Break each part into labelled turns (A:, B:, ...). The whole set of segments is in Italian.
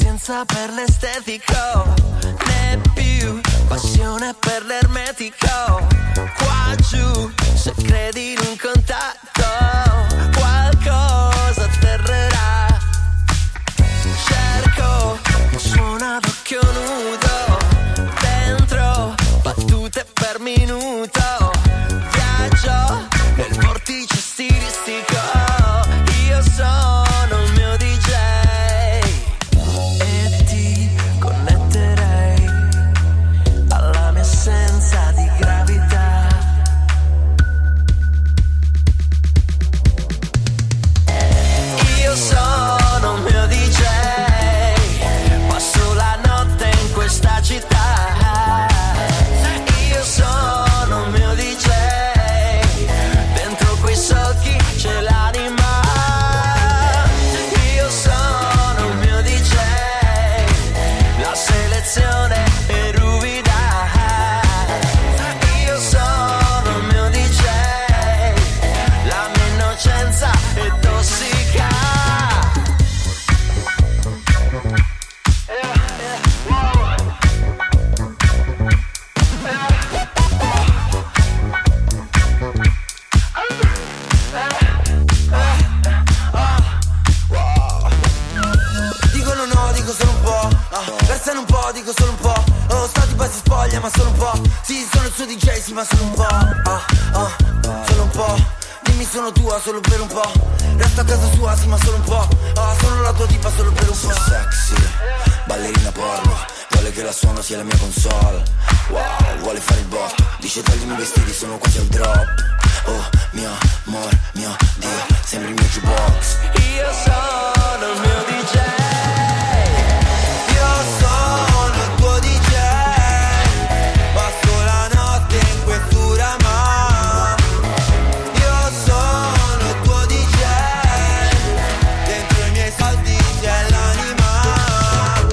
A: Senza per l'estetico, né più passione per l'ermetico. Qua giù, se credi in un contatto, qualcosa atterrerà. Cerco un suono ad occhio nudo, dentro battute per minuto. Viaggio nel vortice stilistico, io sono il mio DJ e ti connetterei alla mia assenza di gravità. Io sono un mio DJ, passo la notte in questa città. Io sono un mio DJ, dentro quei solchi c'è l'anima. Io sono un mio DJ, la selezione è ruvida. Io sono un mio DJ, la mia innocenza è tossica.
B: Dicono no, dico solo un po', ah, versano un po', dico solo un po'. Oh, stati poi si spoglia, ma solo un po'. Sì, sono il suo DJ, sì, ma solo un po'. Ah, ah, solo un po'. Dimmi sono tua, solo per un po'. Resto a casa sua, sì, ma solo un po'. Ah, sono la tua tipa, solo per un po'.
C: Sexy, ballerina porno, vuole che la suono sia la mia console. Wow, vuole fare il botto, dice toglimi i vestiti, sono quasi al drop. Oh mio amor, mio dio, sembri il mio jukebox.
A: Io sono il mio DJ.
B: Io sono il tuo DJ, passo la notte in questura ma Io sono il tuo DJ, dentro i miei soldi c'è l'anima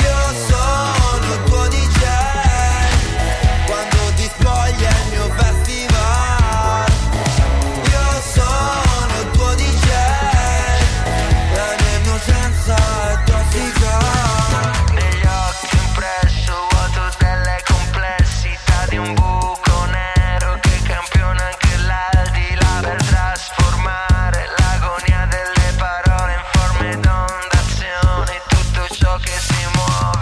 B: Io sono il tuo DJ, quando ti spoglia il mio festival Io sono il tuo DJ la mia innocenza è tossica
A: Negli occhi impresso vuoto delle complessità di un buco nero che campiona anche l'aldilà per trasformare l'agonia delle parole in forme d'ondazione tutto ciò che si muove.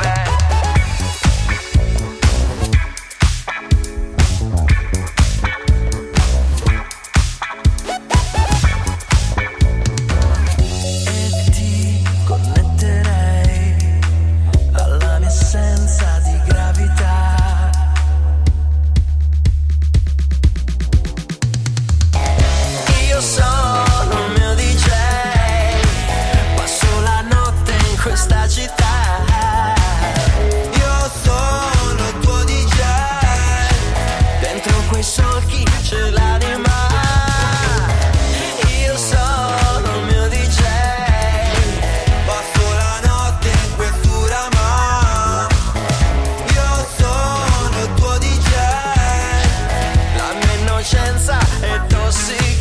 A: E ti connetterei alla mia assenza di gravità. Io sono il mio DJ, passo la notte in questa città.
B: Io sono il tuo DJ
A: Dentro quei solchi c'è l'anima. Io sono il mio DJ.
B: Passo la notte in questura ma Io sono il tuo DJ
A: La mia innocenza è tossica.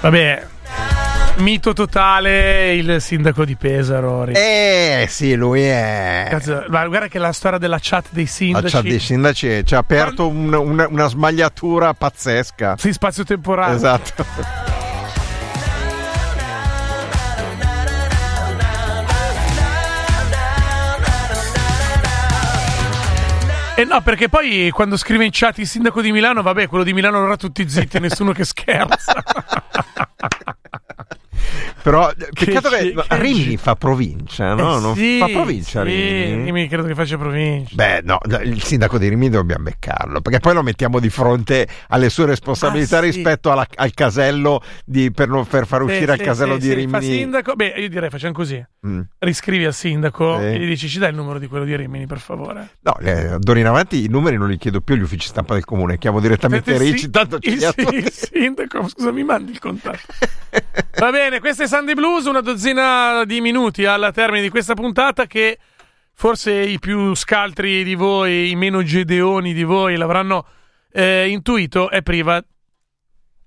D: Vabbè, mito totale il sindaco di Pesaro. Ri-
E: Eh sì, lui è.
D: Cazzo, ma guarda che la storia della chat dei
E: La chat
D: sindaci.
E: dei sindaci ci ha aperto un- una, una smagliatura pazzesca.
D: Sì, spazio temporale.
E: Esatto.
D: E Eh no, perché poi quando scrive in chat il sindaco di Milano, vabbè, quello di Milano allora tutti zitti, nessuno che scherza.
E: Però eh, peccato che,
D: che- che-
E: Rimini fa provincia, no?
D: Eh
E: Non
D: sì,
E: fa provincia
D: sì,
E: Rimini.
D: Rimini credo che faccia provincia.
E: Beh, no, il sindaco di Rimini dobbiamo beccarlo, perché poi lo mettiamo di fronte alle sue responsabilità
D: Ah, sì.
E: rispetto alla- al casello di, per, non- per far uscire
D: Sì,
E: al
D: sì,
E: casello
D: sì,
E: di
D: sì, Fa
E: Rimini.
D: sindaco, beh, io direi facciamo così.
E: Mm.
D: Riscrivi al sindaco
E: Sì.
D: e gli dici ci dai il numero di quello di Rimini, per favore.
E: No, eh, d'ora in avanti i numeri non li chiedo più agli uffici stampa del comune, chiamo direttamente
D: Aspetta, il
E: Ricci,
D: sin-
E: tanto ce
D: il,
E: li ha
D: sin-
E: tutti.
D: il sindaco, scusa, mi mandi il contatto. Va bene, questo è Sandy Blues, una dozzina di minuti alla termine di questa puntata che forse i più scaltri di voi, i meno gedeoni di voi l'avranno eh, intuito è priva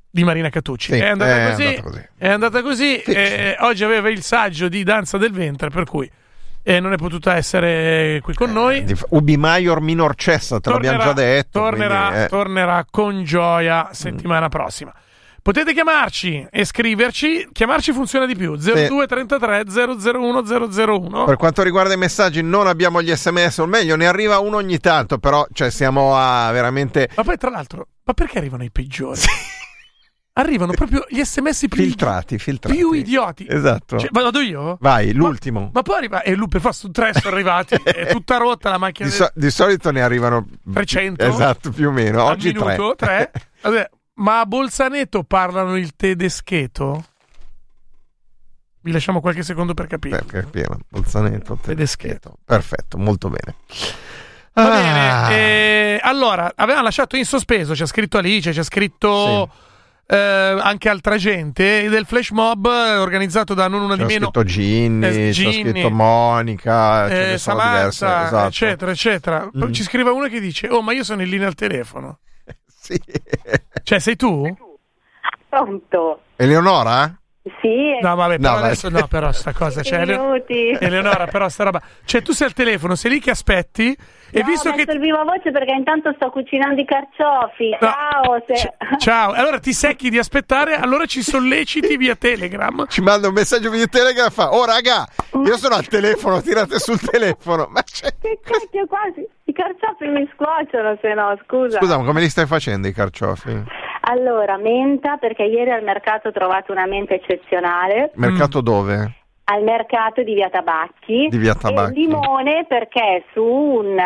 D: di Marina Catucci.
E: Sì,
D: è, andata
E: è
D: così,
E: andata così.
D: è andata così,
E: Sì,
D: eh, oggi aveva il saggio di Danza del Ventre, per cui eh, non è potuta essere qui con noi.
E: Eh, Di- Ubi Maior minor cessa, te l'abbiamo già detto.
D: Tornerà,
E: quindi, eh, Mm.
D: tornerà con gioia settimana prossima. Potete chiamarci e scriverci. Chiamarci funziona di più. 0233 001 001.
E: Per quanto riguarda i messaggi, non abbiamo gli sms, o meglio, ne arriva uno ogni tanto, però cioè, siamo a veramente
D: Ma poi, tra l'altro, ma perché arrivano i peggiori? Arrivano proprio gli sms più,
E: filtrati. filtrati.
D: più idioti.
E: Esatto.
D: Cioè, vado io?
E: Vai, l'ultimo.
D: Ma poi arriva. E lui per fa su tre sono arrivati. è tutta rotta la macchina.
E: Di,
D: del-
E: so- di solito ne arrivano
D: 300?
E: Esatto, più o meno.
D: al
E: Oggi
D: minuto,
E: tre.
D: tre. Vabbè, ma a Bolzaneto parlano il tedeschetto? Vi lasciamo qualche secondo per capire.
E: Per capire, Bolzaneto,
D: Tedeschetto.
E: Perfetto, molto bene.
D: Va
E: Ah.
D: bene. eh, allora, avevano lasciato in sospeso, c'è scritto Alice, c'è scritto eh, anche altra gente, del flash mob eh, organizzato da non una
E: C'è
D: di meno.
E: scritto Ginny,
D: Eh,
E: c'è
D: Ginny.
E: scritto Monica, ce
D: eh,
E: ne sono
D: Samantha,
E: diverse. Esatto.
D: eccetera, eccetera. Poi
E: Mm.
D: Ci scrive uno che dice: Oh, ma io sono in linea al telefono.
E: Sì.
D: Cioè, sei tu?
F: Pronto?
E: Eleonora?
F: Sì,
D: No, vabbè,
E: No,
D: però
E: vai.
D: adesso no, però sta cosa. Cioè,
F: Eh. minuti.
D: Eleonora, però sta roba. Cioè, tu sei al telefono, sei lì che aspetti e
F: No,
D: visto che
F: metto il viva voce perché intanto sto cucinando i carciofi.
D: No.
F: Ciao, se-
D: C- ciao, allora ti secchi di aspettare, allora ci solleciti via Telegram.
E: Ci manda un messaggio via Telegram e fa Oh raga, io sono al telefono, tirate sul telefono. Ma c'è...
F: che cacchio quasi. I carciofi mi scuociono se no, scusa.
E: Scusa, ma come li stai facendo i carciofi?
F: Allora, menta perché ieri al mercato ho trovato una menta eccezionale.
D: Mm.
E: Mercato dove?
F: Al mercato di Via Tabacchi.
E: Di Via
F: E
E: Tabacchi.
F: limone perché su un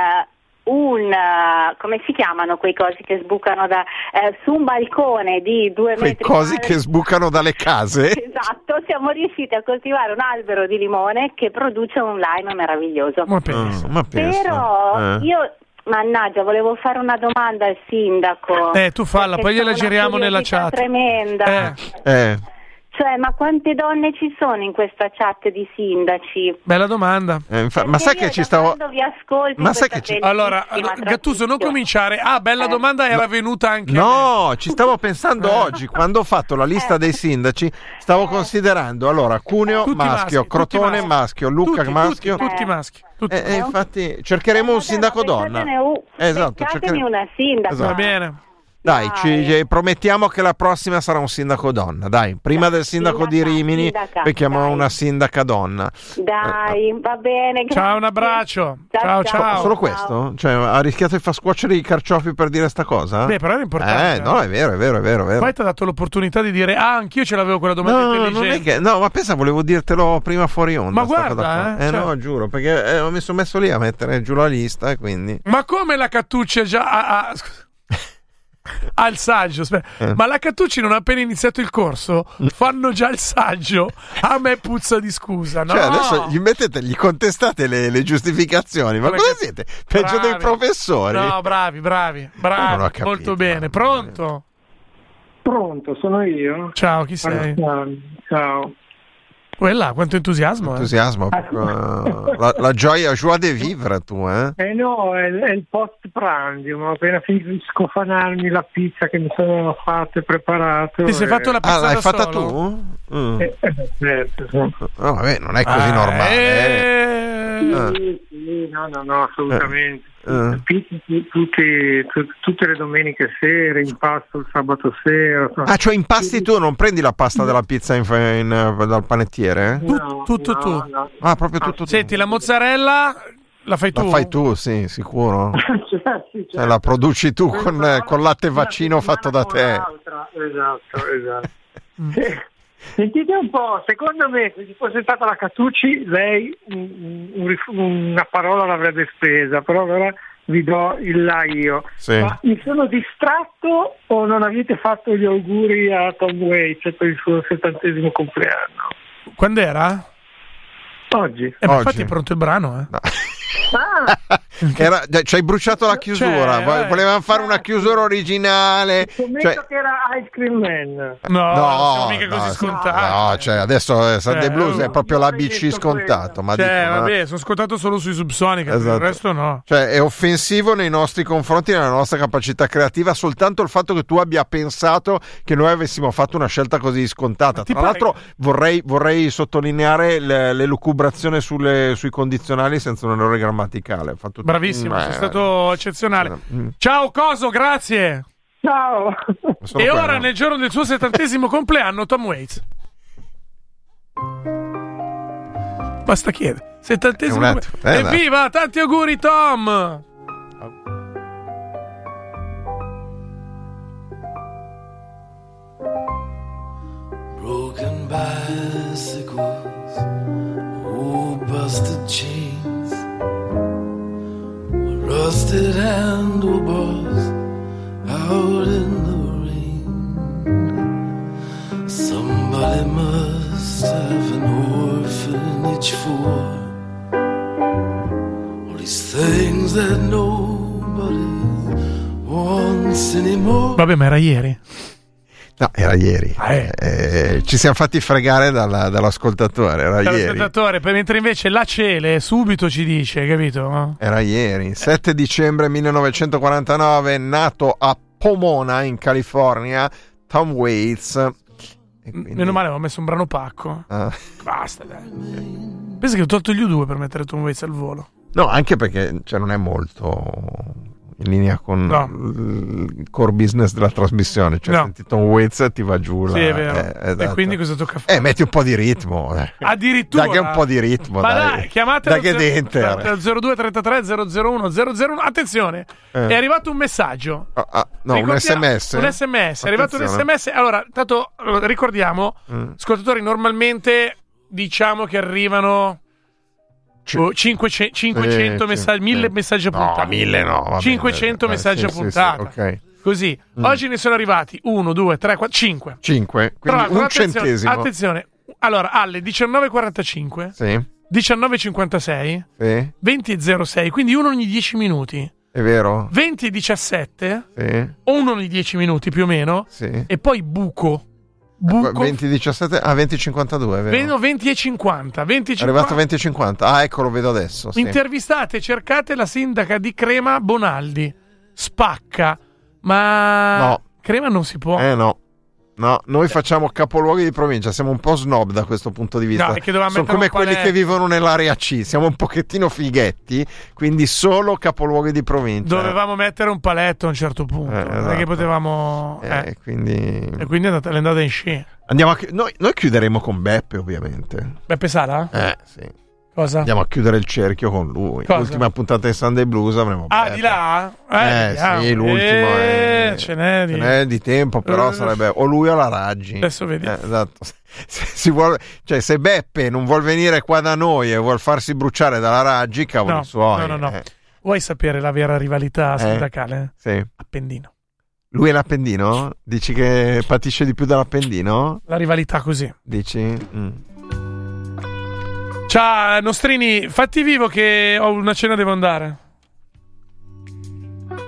F: un eh, come si chiamano quei cosi che sbucano da eh, su un balcone di due
E: Quei
F: metri
E: cosi
F: quadri-
E: che sbucano dalle case?
F: Esatto, siamo riusciti a coltivare un albero di limone che produce un lime meraviglioso.
D: Ma pensa.
E: Ah, ma pensa.
F: Però
E: Eh.
F: io, mannaggia, volevo fare una domanda al sindaco.
D: Eh, tu falla,
F: Perché
D: poi gliela
F: c'è una
D: giriamo nella
F: curiosità
D: chat.
F: Tremenda.
D: Eh,
E: Eh,
F: Cioè, ma quante donne ci sono in questa chat di sindaci?
D: bella domanda.
E: eh, infa- ma sai
F: Perché io
E: che ci
F: da
E: stavo...
F: quando vi ascolto
E: Ma
F: in
E: sai
F: questa
E: che ci-
D: Allora,
F: bellissima
D: Gattuso, non
F: trasmissione.
D: cominciare. Ah, bella
F: Eh.
D: domanda, era venuta anche. Eh.
E: No, ci stavo pensando oggi, quando ho fatto la lista dei sindaci, stavo considerando, allora, Cuneo
D: Tutti
E: maschio,
D: maschi, tutti
E: Crotone
D: maschi.
E: maschio, Lucca
D: Tutti,
E: maschio. Eh,
D: Tutti, tutti maschi. Tutti.
E: E, e infatti cercheremo
F: Eh,
E: un
F: vabbè,
E: sindaco
F: ma
E: donna.
F: pensatene un-
E: Eh, Esatto,
F: cercatene
E: cercheremo-
F: una sindaca.
E: Esatto.
D: Va bene.
E: Dai, ci,
F: Dai.
E: promettiamo che la prossima sarà un sindaco donna. Dai, prima del sindaco di
F: sindaca,
E: Rimini,
F: sindaca,
E: becchiamo
F: dai.
E: una sindaca donna.
F: Dai, va bene. grazie.
D: Ciao, un abbraccio. Ciao, ciao.
E: Solo questo? Cioè, ha rischiato di far scuocere i carciofi per dire sta cosa?
D: Beh, però era importante.
E: Eh, no, è vero, è vero, è vero. È vero.
D: Poi ti ha dato l'opportunità di dire: Ah, anch'io ce l'avevo quella domanda
E: No, non
D: intelligente.
E: è che, no, ma pensa, volevo dirtelo prima fuori onda.
D: Ma
E: sta cosa
D: guarda,
E: qua.
D: eh,
E: eh.
D: cioè-
E: no, giuro, perché eh, ho mi sono messo lì a mettere giù la lista e quindi.
D: Ma come la Cattucci ha già. ha- ha- scusa. Ha il saggio, aspetta.
E: Eh. Mm.
D: ma la Cattucci non ha appena iniziato il corso, fanno già il saggio. A me puzza di scusa, no?
E: Cioè, adesso gli mettete, gli contestate le, le giustificazioni. Ma
D: Perché-
E: cosa siete? Peggio
D: Bravi.
E: dei professori.
D: No, bravi, bravi,
E: Non ho
D: bravi,
E: capito,
D: molto bene.
E: mamma mia.
D: Pronto?
G: Pronto, sono io.
D: Ciao, chi sei?
G: Ah, ciao.
D: Quella, quanto entusiasmo. eh.
E: Entusiasmo, proprio, eh, la, la gioia, joie de vivre tu, eh?
G: Eh no, è, è il post prandio, ma ho appena finito di scofanarmi la pizza che mi sono fatta e preparato.
D: Ti sei
G: e-
D: fatto la
E: Ah,
D: pizzata
E: l'hai fatta
D: solo?
E: tu? Mm.
G: Eh, eh, certo, sì.
E: No, vabbè, non è così
D: Ah,
E: normale. eh.
D: eh.
E: Ah.
G: Sì, sì, no, no, no, assolutamente.
E: Eh.
G: Pizza tu- tutti- tu- tutte le domeniche sere, impasto il sabato sera.
E: Ah, cioè impasti tu, non prendi la pasta della pizza in- in- dal panettiere? eh?
G: No,
D: tutto
G: no,
D: tu.
G: no.
E: Ah, proprio tutto tu.
D: Senti, la mozzarella la fai
E: La
D: tu?
E: fai tu, sì, sicuro.
G: Cioè, sì,
E: Cioè, la produci tu
G: certo.
E: con, eh, con latte e
G: Una
E: vaccino
G: settimana
E: fatto da
G: con
E: te. Mm.
G: l'altra. Esatto, esatto. Sentite un po', secondo me se ci fosse stata la Catucci lei un- un rif- una parola l'avrebbe spesa, però allora vi do il là io.
E: Sì.
G: Ma mi sono distratto o non avete fatto gli auguri a Tom Waits per il suo settantesimo compleanno?
D: Quando era?
G: Oggi.
D: Eh, ma
E: Oggi.
D: infatti è pronto il brano, eh.
E: No.
G: Ah,
E: Era- cioè, ci hai bruciato la chiusura.
D: Cioè,
E: vo-
D: eh.
E: Volevamo fare una chiusura originale.
G: Scommetto
E: Cioè,
G: che era Ice Cream Man.
D: No, non siamo mica
E: no,
D: così
E: no,
D: scontati.
E: no, cioè, adesso eh, Sunday
D: Cioè,
E: Blues è proprio
G: io
E: l'ABC
G: preferisco
E: scontato. Ma
D: Cioè,
E: dico, ma-
D: vabbè, sono scontato solo sui Subsonica, per
E: Esatto.
D: il resto no.
E: Cioè, è offensivo nei nostri confronti, nella nostra capacità creativa, soltanto il fatto che tu abbia pensato che noi avessimo fatto una scelta così scontata.
D: ti
E: Tra
D: pare-
E: l'altro, vorrei, vorrei sottolineare le- l'elucubrazione sulle- sui condizionali senza un errore grammaticale. Ho fatto-
D: Bravissimo,
E: Mm,
D: sei
E: eh,
D: stato eccezionale.
E: Mm.
D: Ciao Coso, grazie.
G: Ciao!
E: sono
D: e
E: quello.
D: ora, nel giorno del suo settantesimo compleanno, Tom Waits. Basta chiedere. Settantesimo
E: Eh, un attimo, eh,
D: compleanno. Evviva, tanti auguri Tom.
A: Broken bicycles, old busted chains, rusted handlebars out in the rain. Somebody must have an orphanage for all these things that nobody wants anymore.
D: Vabbè, ma era ieri.
E: No, era ieri.
D: Ah, eh.
E: Eh, ci siamo fatti fregare dalla- dall'ascoltatore. Era
D: Caro
E: ieri.
D: spettatore, per- mentre invece la Cele subito ci dice, capito?
E: Era ieri, 7 dicembre 1949, nato a Pomona in California, Tom Waits. E Eh, quindi-
D: Meno male, avevo messo un brano pacco.
E: Ah.
D: Basta, dai. Pensa che ho tolto gli U2 per mettere Tom Waits al volo.
E: No, anche perché cioè, non è molto in linea con
D: No.
E: il core business della trasmissione. Cioè,
D: No.
E: senti Tom Waits e ti va giù. la-
D: Sì, è vero.
E: eh, esatto.
D: E quindi cosa Ah, tocca fare?
E: Eh, metti un po' di ritmo. eh.
D: Addirittura.
E: Dai che un po' di ritmo,
D: Ma
E: dai.
D: dai, chiamatelo
E: Dai che eh. denter.
D: 02 33 001 001. Attenzione,
E: Eh.
D: è arrivato un messaggio.
E: Ah, ah, no, un
D: Ricordiamo-
E: sms.
D: Un sms, è arrivato un
E: Attenzione.
D: sms. Allora, tanto allora, ricordiamo,
E: Mm.
D: ascoltatori, normalmente diciamo che arrivano
E: Ci- Eh,
D: boh, 500, 500
E: sì,
D: messaggi,
E: sì.
D: 1000 messaggi a
E: No,
D: puntata.
E: 1000 no, vabbè,
D: 500
E: eh,
D: messaggi
E: sì,
D: a
E: sì, sì,
D: puntata.
E: ok.
D: Così,
E: Mm.
D: oggi ne sono arrivati 1, 2, 3, 4, 5.
E: 5,
D: Tra
E: quindi
D: l'altro,
E: un
D: attenzione,
E: centesimo.
D: Attenzione, allora alle 19.45,
E: Sì,
D: 19.56,
E: sì,
D: 20.06, quindi uno ogni 10 minuti,
E: è vero.
D: 20.17
E: Sì,
D: o uno ogni 10 minuti più o meno,
E: sì.
D: e poi buco,
E: Eh,
D: buco,
E: 2017 a 2052, ah, è vero.
D: meno 20.50, 20.50.
E: è eh, arrivato 2050. Ah, ecco, lo vedo adesso. Sì.
D: Intervistate, cercate la sindaca di Crema Bonaldi, spacca, ma
E: No.
D: Crema non si può.
E: Eh no. No, noi facciamo capoluoghi di provincia, siamo un po' snob da questo punto di vista.
D: No, è che dovevamo
E: Sono
D: mettere
E: come
D: un
E: quelli
D: paletto.
E: che vivono nell'area C, siamo un pochettino fighetti, quindi solo capoluoghi di provincia.
D: Dovevamo mettere un paletto a un certo punto,
E: Cioè, Eh,
D: non è che
E: esatto.
D: potevamo...
E: Eh,
D: eh. E
E: quindi
D: quindi è andata, è andata in sci.
E: andiamo a chi- noi, noi chiuderemo con Beppe, ovviamente.
D: Beppe Sala?
E: Eh, sì.
D: Cosa?
E: Andiamo a chiudere il cerchio con lui.
D: Cosa?
E: L'ultima puntata di Sunday Blues avremo
D: Ah,
E: Beppe.
D: di là?
E: Eh,
D: vediamo.
E: sì, l'ultimo
D: Eh,
E: è...
D: Ce n'è di...
E: ce n'è di tempo, però
D: Eh.
E: sarebbe o lui o la Raggi.
D: Adesso vediamo.
E: Eh, esatto. Se, si vuole- cioè, se Beppe non vuol venire qua da noi e vuol farsi bruciare dalla Raggi, cavolo
D: No,
E: suoi.
D: no, no, no.
E: Eh,
D: Vuoi sapere la vera rivalità sindacale?
E: sì.
D: Appendino.
E: Lui è l'appendino? Dici che patisce di più dall'appendino?
D: La rivalità così.
E: Dici? Mm.
D: Ciao, eh, Nostrini, fatti vivo che ho una cena, devo andare.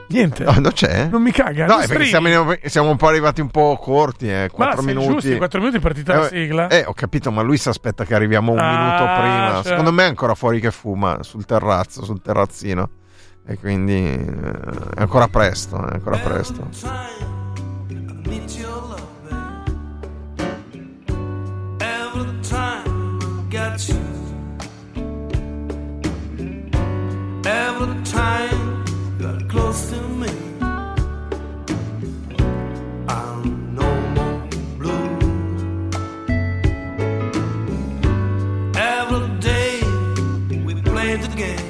D: Niente,
E: No, non c'è?
D: Eh. non mi caga.
E: No, è perché
D: Nostrini.
E: siamo, in- siamo un po' arrivati un po' corti, eh,
D: Ma
E: 4
D: sei
E: minuti.
D: giusti, 4 minuti è partita la
E: Eh,
D: sigla.
E: Eh, ho capito, ma lui si aspetta che arriviamo un
D: Ah,
E: minuto prima.
D: cioè.
E: Secondo me è ancora fuori che fuma sul terrazzo, sul terrazzino. E quindi eh, è ancora presto, è ancora presto.
A: Every day we play the game.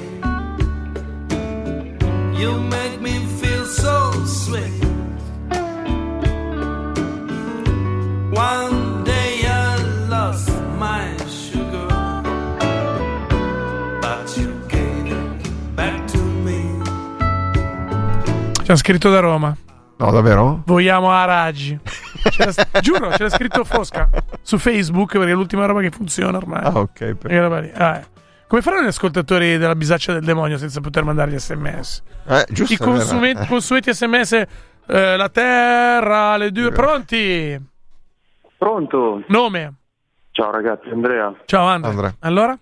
A: You make me feel so sweet. One day I lost my sugar, but you gave it back to me.
D: Ci hanno scritto da Roma.
E: No, davvero?
D: Vogliamo a Raggi. C'era s- Giuro, c'era scritto Fosca su Facebook perché è l'ultima roba che funziona ormai.
E: Ah, ok. per-
D: Quella roba lì. Ah, eh. Come faranno gli ascoltatori della bisaccia del demonio senza poter mandare gli sms?
E: Eh, giusto.
D: I
E: è vero.
D: consumenti,
E: Eh.
D: consueti sms, eh, la terra, le due, pronti?
H: Pronto?
D: Nome?
H: Ciao ragazzi, Andrea.
D: Ciao Andrea.
E: Andrea.
D: Allora?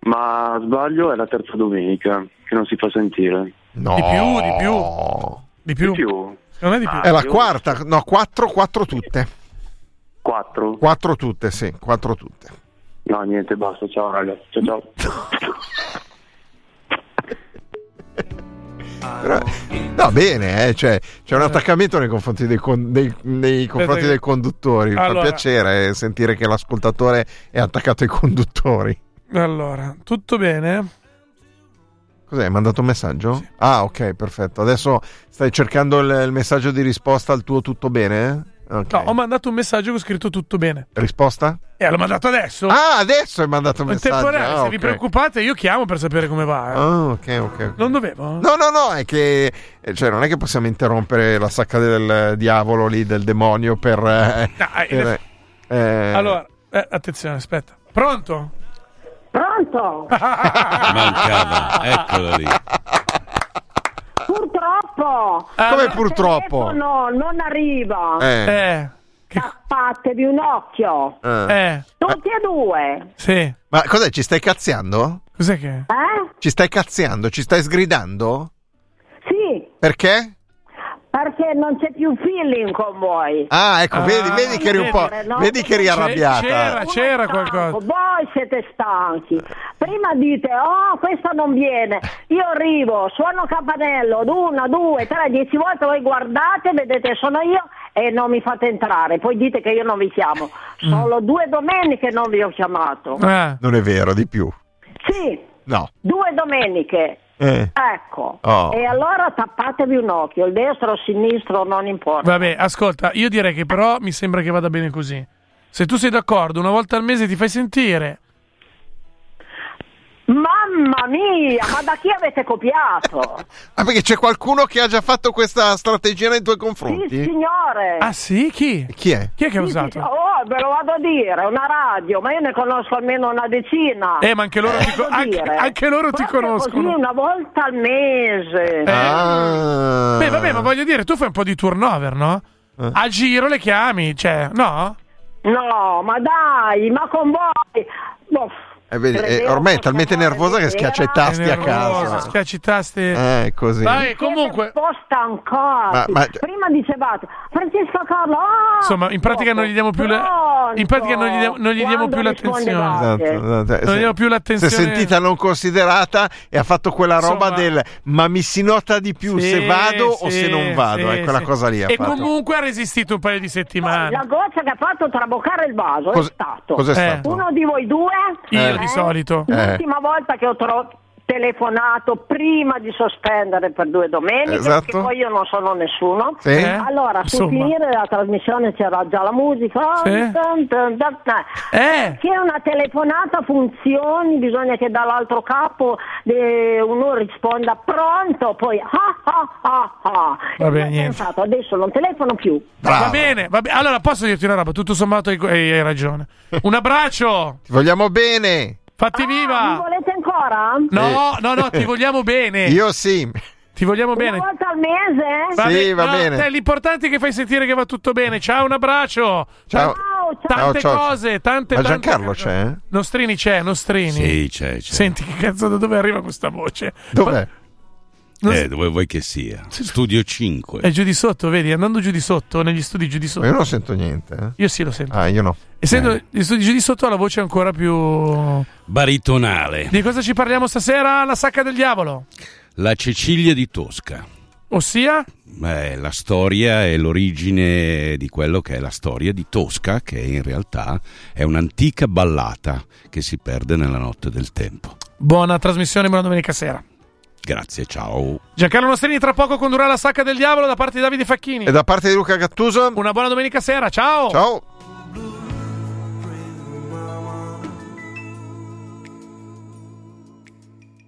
H: Ma sbaglio è la terza domenica che non si fa sentire.
E: No.
D: Di più, di più. Di più?
H: Di più?
D: Secondo me di più.
E: È la quarta, no, quattro, quattro tutte.
H: Quattro?
E: Quattro tutte, sì, quattro tutte.
H: No, niente, basta. Ciao ragazzi. Ciao, ciao.
E: Però- no, bene, eh, cioè, c'è un attaccamento nei confronti dei, con- dei- nei confronti
D: che-
E: dei conduttori. Mi
D: Allora.
E: fa piacere eh, sentire che l'ascoltatore è attaccato ai conduttori.
H: Ah.
D: Allora, tutto bene?
E: Cos'è? Hai mandato un messaggio? Ah, ok, perfetto. Adesso stai cercando il, il messaggio di risposta al tuo tutto bene? Ok.
D: No, ho mandato un messaggio che ho scritto tutto bene.
E: Risposta?
D: E l'ho mandato adesso?
E: Ah, adesso hai mandato un messaggio.
D: Contemporanea,
E: Ah,
D: se vi
E: ok.
D: preoccupate io chiamo per sapere come va. eh.
E: Ah, ok, ok. ok.
D: Non dovevo?
E: No, no, no, è che eh, cioè, non è che possiamo interrompere la sacca del diavolo lì, del demonio per... eh,
D: Dai,
E: per,
D: adesso-
E: eh,
D: Allora, eh, attenzione, aspetta. Pronto?
G: Pronto?
I: Mancava, eccolo lì.
E: Ah.
G: Purtroppo!
E: come
D: Ah,
E: purtroppo...
G: No, non arriva.
E: Eh,
D: Eh,
G: Tappatevi un occhio.
E: eh.
D: eh,
G: Tutti e due.
D: sì.
E: Ma cos'è? Ci stai cazziando?
D: Cos'è che? è?
G: Eh?
E: Ci stai cazziando? Ci stai sgridando?
G: Sì,
E: Perché?
G: perché non c'è più feeling con voi.
E: Ah, ecco,
D: Ah,
E: vedi, vedi che eri un po'...
G: vedi, no?
E: Vedi che eri
G: C'è-
E: arrabbiata.
D: c'era- c'era
G: Uno è
E: Eh.
D: qualcosa.
G: stanco, Voi siete stanchi. Prima dite, oh, questo non viene. Io arrivo, suono campanello, ad una, due, tre, dieci volte, voi guardate, vedete, sono io e non mi fate entrare. Poi dite che io non vi chiamo.
E: Mm.
G: Solo due domeniche non vi ho chiamato.
D: Ah,
E: Non è vero, di più.
G: Sì,
E: No.
G: due domeniche.
E: Eh.
G: Ecco.
E: Oh.
G: E allora tappatevi un occhio, il destro, il sinistro, non importa.
D: vabbè, ascolta, io direi che però mi sembra che vada bene così. Se tu sei d'accordo, una volta al mese ti fai sentire.
G: Mamma mia, ma da chi avete copiato?
E: Ah, perché c'è qualcuno che ha già fatto questa strategia nei tuoi
G: Sì,
E: confronti?
G: signore.
D: Ah sì? Chi?
E: Chi è?
D: Chi è che ha
G: Sì, sì, sì.
D: usato?
G: Oh, ve lo vado a dire, è una radio, ma io ne conosco almeno una decina.
D: Eh, ma anche loro ti, co-
G: Devo
D: anche,
G: dire.
D: anche loro ti
G: Proprio Così
D: conoscono. Eh.
G: una volta al mese.
E: Ah.
D: Beh, vabbè, ma voglio dire, tu fai un po' di turnover, no?
E: Eh.
D: A giro le chiami, cioè, no?
G: No, ma dai, ma con voi. Boh,
E: Eh, vedi, eh,
G: credevo
E: ormai è
G: fosse
E: talmente
G: amore
E: nervosa
G: di
E: che schiaccia i
G: vera.
E: tasti
D: È
E: a
D: nervosa,
E: casa.
D: Schiacci i tasti.
E: Eh, così.
D: Dai,
G: Siete
D: comunque.
G: un po' stancati.
E: Ma- ma-
G: Prima dicevate Francesco Carlo. ah,
D: Insomma, in pratica non gli diamo più le-
G: pronto.
D: in pratica non gli diamo- non gli diamo
G: Quando
D: più
G: rispondevate?
D: l'attenzione.
E: Esatto, esatto.
D: Non
E: Se-
D: gli do più l'attenzione.
E: Si è sentita non considerata e ha fatto quella roba
D: Insomma.
E: del ma mi si nota di più
D: Sì,
E: se vado o
D: sì,
E: se non vado.
D: sì,
E: è quella
D: sì.
E: cosa lì. ha
D: E
E: fatto.
D: comunque ha resistito un paio di
G: La
D: settimane.
G: goccia che ha fatto traboccare il vaso
E: Cos- Eh.
G: è stato.
E: Cos'è
D: Eh.
E: stato?
G: Uno di voi due?
D: Io, di solito.
G: L'ultima volta che ho tro- telefonato prima di sospendere per due domeniche,
E: Esatto.
G: perché poi io non sono nessuno.
E: Sì?
D: Eh?
G: Allora, sul
D: Insomma.
G: finire la trasmissione c'era già la musica.
D: Sì.
G: Dun, dun, dun, dun.
D: Eh,
G: Che una telefonata funzioni, bisogna che dall'altro capo eh, uno risponda pronto, poi ah ah ah ah.
D: Va bene,
G: E ho
D: niente.
G: pensato, adesso non telefono più.
E: Bravo.
D: va bene, va bene. Allora, posso dirti una roba? Tutto sommato hai, hai- hai ragione. Un abbraccio,
E: Ti vogliamo bene.
D: fatti
G: Ah, mi
D: viva.
G: volete ancora?
D: No, no, no, ti vogliamo bene.
E: Io sì.
D: Ti vogliamo
G: Una
D: bene.
G: volta al mese?
E: Sì,
D: be-
E: va bene.
D: te, l'importante è che fai sentire che va tutto bene. Ciao, un abbraccio.
E: Ciao.
G: Ciao, ciao.
D: Tante
E: ciao.
D: cose, tante
E: Ma
D: tante
E: Giancarlo
D: cose.
E: c'è? eh?
D: Nostrini c'è, Nostrini.
I: Sì, c'è, c'è.
D: Senti che cazzo da dove arriva questa voce?
E: Dov'è?
D: Non
I: Eh, dove vuoi che sia? Studio 5.
D: È giù di sotto, vedi, andando giù di sotto, negli studi giù di
E: Ma Io
D: sotto.
E: non sento niente. eh.
D: Io sì lo sento.
E: Ah, io no.
D: Essendo gli studi giù di sotto ha la voce ancora più...
I: Baritonale.
D: Di cosa ci parliamo stasera? La sacca del diavolo.
I: La Cecilia di Tosca.
D: Ossia?
I: Beh, la storia e l'origine di quello che è la storia di Tosca, che in realtà è un'antica ballata che si perde nella notte del tempo.
D: Buona trasmissione, buona domenica sera.
I: Grazie, ciao.
D: Giancarlo Nostrini tra poco condurrà la sacca del diavolo da parte di Davide Facchini.
E: E da parte di Luca Gattuso,
D: Una buona domenica sera, ciao!
E: ciao.